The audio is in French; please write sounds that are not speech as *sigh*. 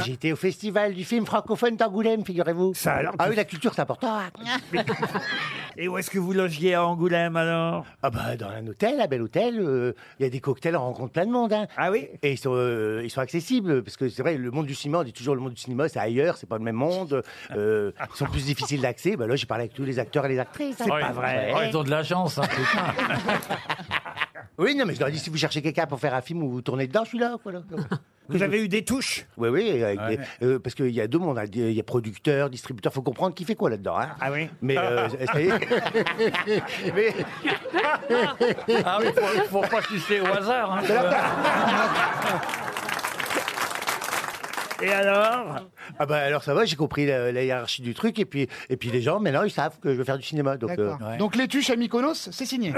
invité au festival du film francophone d'Angoulême, figurez-vous. Ça alors Ah oui, la culture, c'est important. hein. Et où est-ce que vous logiez à Angoulême alors Ah bah, dans un hôtel, un bel hôtel, euh, il y a des cocktails, on rencontre plein de monde. hein. Ah oui Et ils sont, euh, ils sont accessibles, parce que c'est vrai, le monde du cinéma, on dit toujours le monde du cinéma, c'est ailleurs, c'est pas le même monde. euh, ils sont plus difficiles d'accès. Bah là, j'ai parlé avec tous les acteurs et les actrices. hein. C'est pas vrai. Oh, ils ont de l'agence, hein, putain. Oui, non, mais je leur dis, si vous cherchez quelqu'un pour faire un film ou vous tournez dedans, je suis là. *laughs* Voilà. Vous avez eu des touches Oui, oui, avec des- euh, parce qu'il y a deux mondes, hein, des- il y a producteur, distributeur, faut comprendre qui fait quoi là-dedans. hein. Ah oui Mais, euh, ça y est. mais Ah oui, faut, faut pas sucer au hasard. hein. Et alors ah bah, alors ça va, j'ai compris la, la hiérarchie du truc et puis et puis les gens, maintenant ils savent que je veux faire du cinéma. Donc, euh, D'accord. Donc les tuches à Mykonos, c'est signé.